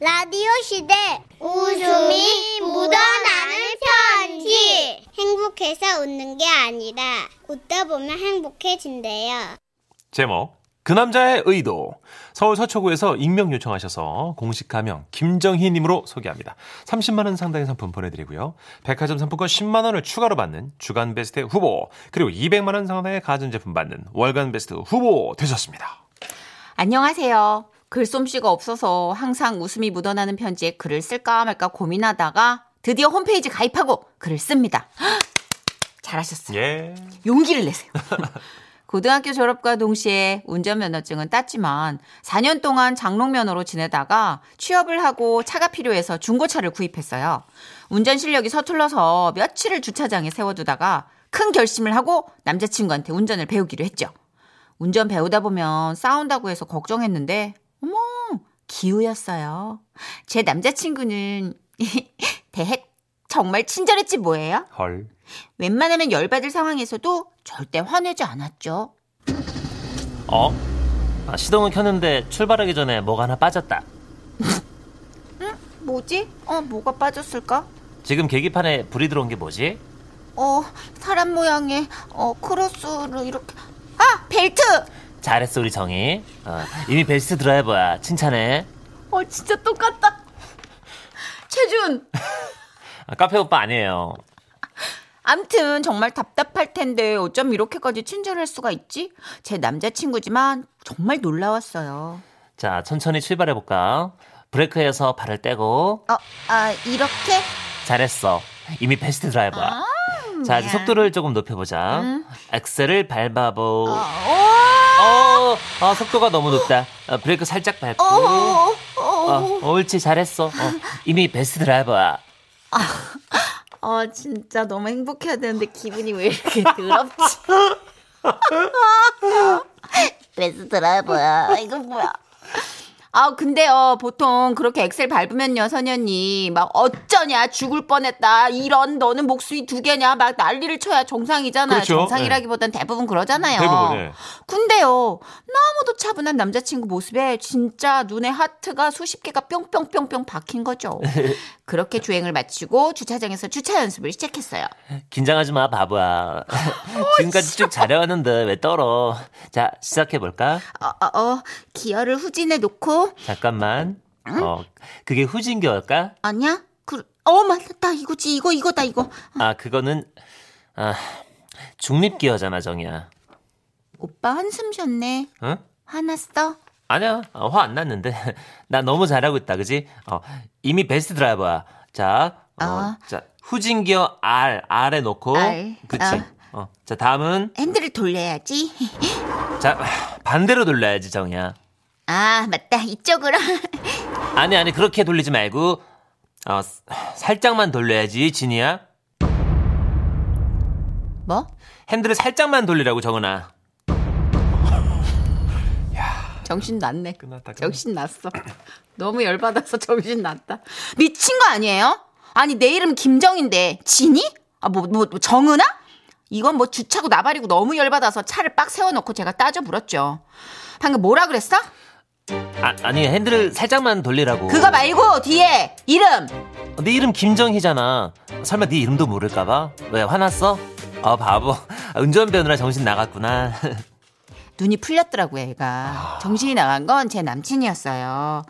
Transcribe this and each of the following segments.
라디오 시대 웃음이 묻어나는 편지 행복해서 웃는 게 아니라 웃다 보면 행복해진대요. 제목 그 남자의 의도 서울 서초구에서 익명 요청하셔서 공식 가명 김정희님으로 소개합니다. 30만 원 상당의 상품 보내드리고요. 백화점 상품권 10만 원을 추가로 받는 주간 베스트 후보 그리고 200만 원 상당의 가전제품 받는 월간 베스트 후보 되셨습니다. 안녕하세요. 글솜씨가 없어서 항상 웃음이 묻어나는 편지에 글을 쓸까 말까 고민하다가 드디어 홈페이지 가입하고 글을 씁니다. 헉! 잘하셨어요. 예. 용기를 내세요. 고등학교 졸업과 동시에 운전면허증은 땄지만 4년 동안 장롱면허로 지내다가 취업을 하고 차가 필요해서 중고차를 구입했어요. 운전 실력이 서툴러서 며칠을 주차장에 세워두다가 큰 결심을 하고 남자친구한테 운전을 배우기로 했죠. 운전 배우다 보면 싸운다고 해서 걱정했는데 어머 기우였어요. 제 남자친구는 대핵 정말 친절했지 뭐예요? 헐. 웬만하면 열받을 상황에서도 절대 화내지 않았죠. 어? 아, 시동을 켰는데 출발하기 전에 뭐가 하나 빠졌다. 뭐지? 어, 뭐가 빠졌을까? 지금 계기판에 불이 들어온 게 뭐지? 어, 사람 모양의 어, 크로스로 이렇게 아, 벨트. 잘했어 우리 정이. 어, 이미 베스트 드라이버야. 칭찬해. 어, 진짜 똑같다. 최준. 아, 카페 오빠 아니에요. 암튼 정말 답답할 텐데 어쩜 이렇게까지 친절할 수가 있지? 제 남자친구지만 정말 놀라웠어요. 자 천천히 출발해 볼까. 브레이크에서 발을 떼고 어, 아, 이렇게? 잘했어. 이미 베스트 드라이버야. 아, 자 이제 야. 속도를 조금 높여보자. 엑셀을 밟아보. 어, 어, 어, 아, 속도가 너무 높다. 아, 브레이크 살짝 밟고. 어, 어, 어. 어, 옳지 잘했어. 어, 이미 베스트 드라이버야. 아 진짜 너무 행복해야 되는데 기분이 왜 이렇게 더럽지? 베스트라 뭐야? 이거 뭐야? 아 근데요 보통 그렇게 엑셀 밟으면요 선현이 막 어쩌냐 죽을 뻔했다 이런 너는 목수이 두 개냐 막 난리를 쳐야 정상이잖아요 그렇죠. 정상이라기보단 대부분 그러잖아요 대부분, 예. 근데요 너무도 차분한 남자친구 모습에 진짜 눈에 하트가 수십 개가 뿅뿅뿅뿅 박힌 거죠 그렇게 주행을 마치고 주차장에서 주차 연습을 시작했어요. 긴장하지 마, 어, 바보야. 지금까지 쭉 잘해왔는데 왜 떨어? 자, 시작해볼까? 어, 어, 어, 기어를 후진해 놓고 잠깐만. 어, 그게 후진교일까? 아니야? 그, 어, 맞다 이거지 이거 이거다 이거. 아, 그거는, 아, 중립기어잖아, 정이야. 오빠 한숨 쉬었네. 어? 응? 화났어? 아니야, 화 안 났는데. 나 너무 잘하고 있다, 그지? 어, 이미 베스트 드라이버야. 자, 어, 어. 자, 후진기어 R, R에 놓고. R. 아. 그치. 어, 자, 다음은, 핸들을 돌려야지. 자, 반대로 돌려야지, 정이야. 아 맞다 이쪽으로. 아니 아니 그렇게 돌리지 말고 어, 스- 살짝만 돌려야지 진이야 뭐? 핸들을 살짝만 돌리라고 정은아 정신 났네. 끝났다, 끝났다. 정신 났어. 너무 열받아서 정신 났다. 미친 거 아니에요? 아니 내 이름 김정인데 진이? 아뭐뭐 정은아? 이건 뭐 주차고 나발이고 너무 열받아서 차를 빡 세워놓고 제가 따져 물었죠. 방금 뭐라 그랬어? 아, 아니 핸들을 살짝만 돌리라고 그거 말고 뒤에 이름. 어, 네 이름 김정희잖아 설마 네 이름도 모를까봐 왜 화났어? 어 바보 아, 운전배우느라 정신 나갔구나 눈이 풀렸더라고요, 얘가. 정신이 나간 건 제 남친이었어요.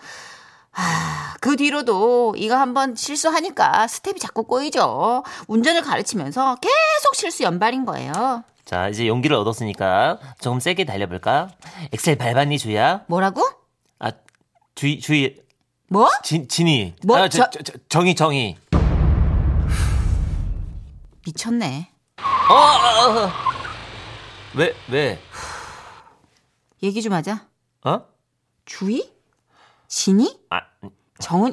아, 그 뒤로도 이거 한번 실수하니까 스텝이 자꾸 꼬이죠. 운전을 가르치면서 계속 실수 연발인 거예요. 자 이제 용기를 얻었으니까 조금 세게 달려볼까? 엑셀 밟았니 주희야? 뭐라고? 아 주희 주희 뭐? 진, 진이 뭐? 아, 저, 저- 저, 저, 정희 정희 미쳤네. 어, 왜 왜? 얘기 좀 하자. 어? 주희? 진이? 아, 정은?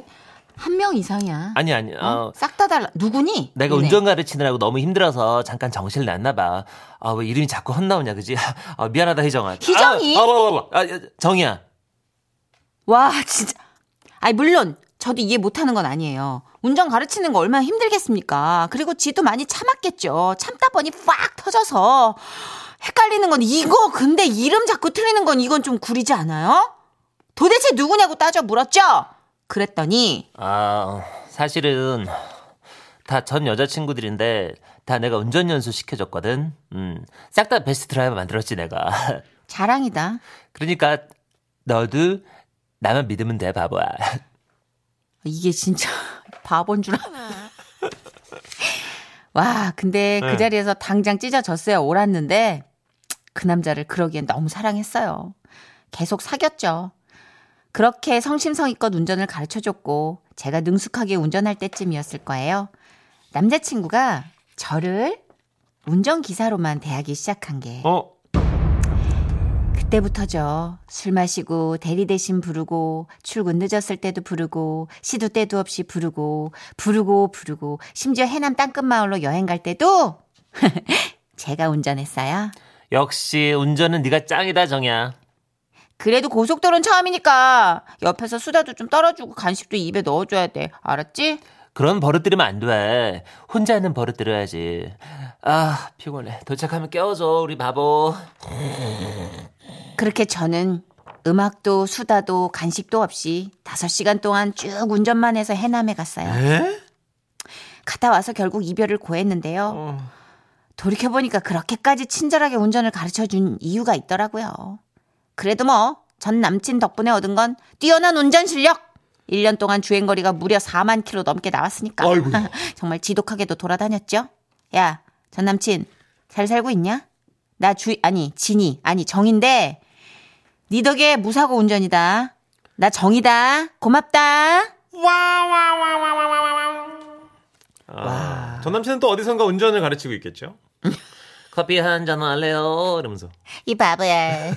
한 명 이상이야. 아니 아니 어, 싹 다 달라. 누구니? 내가 너네. 운전 가르치느라고 너무 힘들어서 잠깐 정신 났나 봐. 아 왜 이름이 자꾸 헛나오냐 그지? 아, 미안하다 희정아. 희정이? 아, 아, 아, 아, 아, 정이야. 와, 진짜. 아니, 물론, 저도 이해 못하는 건 아니에요. 운전 가르치는 거 얼마나 힘들겠습니까? 그리고 지도 많이 참았겠죠. 참다 보니 팍 터져서. 헷갈리는 건 이거, 근데 이름 자꾸 틀리는 건 이건 좀 구리지 않아요? 도대체 누구냐고 따져 물었죠? 그랬더니 아, 사실은 다 전 여자친구들인데 다 내가 운전 연수 시켜줬거든. 음, 싹 다 베스트 드라이버 만들었지 내가. 자랑이다. 그러니까 너도 나만 믿으면 돼 바보야. 이게 진짜 바본 줄 아나. 와, 근데 그 네. 자리에서 당장 찢어졌어요. 옳았는데 그 남자를 그러기엔 너무 사랑했어요. 계속 사귀었죠. 그렇게 성심성의껏 운전을 가르쳐줬고 제가 능숙하게 운전할 때쯤이었을 거예요. 남자친구가 저를 운전기사로만 대하기 시작한 게 어, 그때부터죠. 술 마시고 대리 대신 부르고 출근 늦었을 때도 부르고 시도 때도 없이 부르고 부르고 부르고 심지어 해남 땅끝 마을로 여행 갈 때도 제가 운전했어요. 역시 운전은 네가 짱이다 정야. 그래도 고속도로는 처음이니까 옆에서 수다도 좀 떨어주고 간식도 입에 넣어줘야 돼. 알았지? 그런 버릇 들이면 안 돼. 혼자 있는 버릇 들여야지. 아 피곤해. 도착하면 깨워줘 우리 바보. 그렇게 저는 음악도 수다도 간식도 없이 5시간 동안 쭉 운전만 해서 해남에 갔어요. 에? 갔다 와서 결국 이별을 고했는데요. 어. 돌이켜보니까 그렇게까지 친절하게 운전을 가르쳐 준 이유가 있더라고요. 그래도 뭐, 전 남친 덕분에 얻은 건 뛰어난 운전 실력! 1년 동안 주행거리가 무려 4만 킬로 넘게 나왔으니까. 아이고. 정말 지독하게도 돌아다녔죠? 야, 전 남친, 잘 살고 있냐? 나 주, 아니, 진이, 아니, 정인데, 니 덕에 무사고 운전이다. 나 정이다. 고맙다. 아, 전 남친은 또 어디선가 운전을 가르치고 있겠죠? 커피 한 잔 할래요? 이러면서. 이 바보야.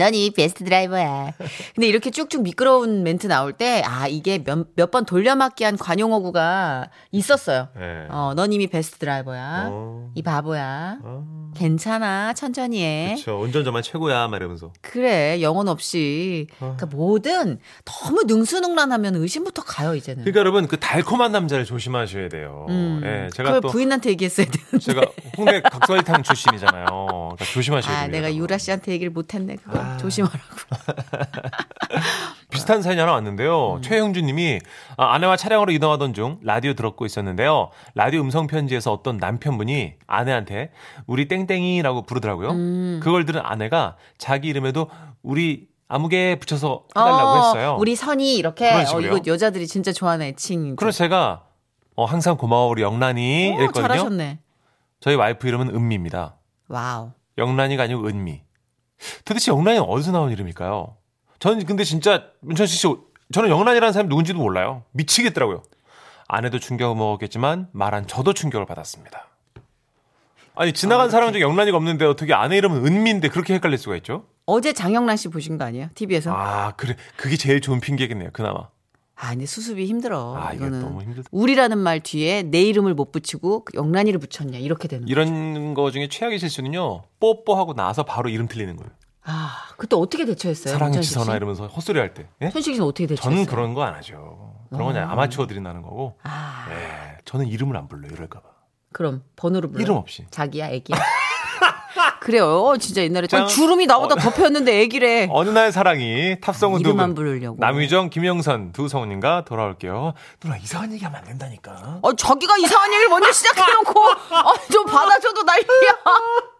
넌이 베스트 드라이버야. 근데 이렇게 쭉쭉 미끄러운 멘트 나올 때, 아, 이게 몇, 몇 번 돌려막기 한 관용어구가 있었어요. 네. 어, 넌 이미 베스트 드라이버야. 어, 이 바보야. 어, 괜찮아. 천천히 해. 그쵸. 운전자만 최고야, 막 이러면서. 그래 영혼 없이. 아. 그러니까 뭐든 너무 능수능란하면 의심부터 가요, 이제는. 그러니까 여러분, 그 달콤한 남자를 조심하셔야 돼요. 네. 음. 예, 제가 그걸 또. 부인한테 얘기했어야 되는데. 제가 홍대 각설탕 출신이잖아요. 그러니까 조심하셔야 아, 됩니다. 내가 유라 씨한테 얘기를 못했네. 그거 아, 조심하라고. 아. 비슷한 사연이 하나 왔는데요. 음. 최형준 님이 아, 아내와 차량으로 이동하던 중 라디오 들었고 있었는데요. 라디오 음성 편지에서 어떤 남편분이 아내한테 우리 땡땡이라고 부르더라고요. 음. 그걸 들은 아내가 자기 이름에도 우리 아무개 붙여서 해달라고 어, 했어요. 우리 선이 이렇게 그런 어, 식으로요? 이거 여자들이 진짜 좋아하는 애칭. 그래서 제가 어, 항상 고마워 우리 영란이 그렇죠. 오, 이랬거든요. 잘하셨네. 저희 와이프 이름은 은미입니다. 와우. 영란이가 아니고 은미. 도대체 영란이는 어디서 나온 이름일까요? 전 근데 진짜 문천식 씨 저는 영란이라는 사람이 누군지도 몰라요. 미치겠더라고요. 아내도 충격을 먹었겠지만 말한 저도 충격을 받았습니다. 아니 지나간 사람 그렇죠. 중에 영란이가 없는데 어떻게 아내 이름은 은미인데 그렇게 헷갈릴 수가 있죠? 어제 장영란 씨 보신 거 아니에요? TV에서? 아, 아 그래 그게 제일 좋은 핑계겠네요. 그나마 근데 수습이 힘들어. 아, 이게 이거는 너무 힘들다. 우리라는 말 뒤에 내 이름을 못 붙이고 그 영란이를 붙였냐 이렇게 되는. 거예요. 이런 거 중에 최악의 실수는요. 뽀뽀하고 나서 바로 이름 틀리는 거예요. 아 그때 어떻게 대처했어요? 사랑해 문천식 씨? 주선아 이러면서 헛소리 할 때. 예? 현식 씨는 어떻게 대처했어요? 저는 그런 거 안 하죠. 그런 건 아마추어들이 나는 거고. 아 예, 저는 이름을 안 불러요, 이럴까봐. 그럼 번호로 불러. 이름 없이. 자기야, 애기야. 그래요. 어, 진짜 옛날에 짠. 아니, 주름이 나보다 더 폈는데 애기래. 어. 어느 날 사랑이 탑성은 두 이름만 분. 부르려고. 남유정, 김영선 두 성우님과 돌아올게요. 누나 이상한 얘기하면 안 된다니까. 어, 자기가 이상한 얘기를 먼저 시작해놓고, 어, 좀 받아줘도 난리야.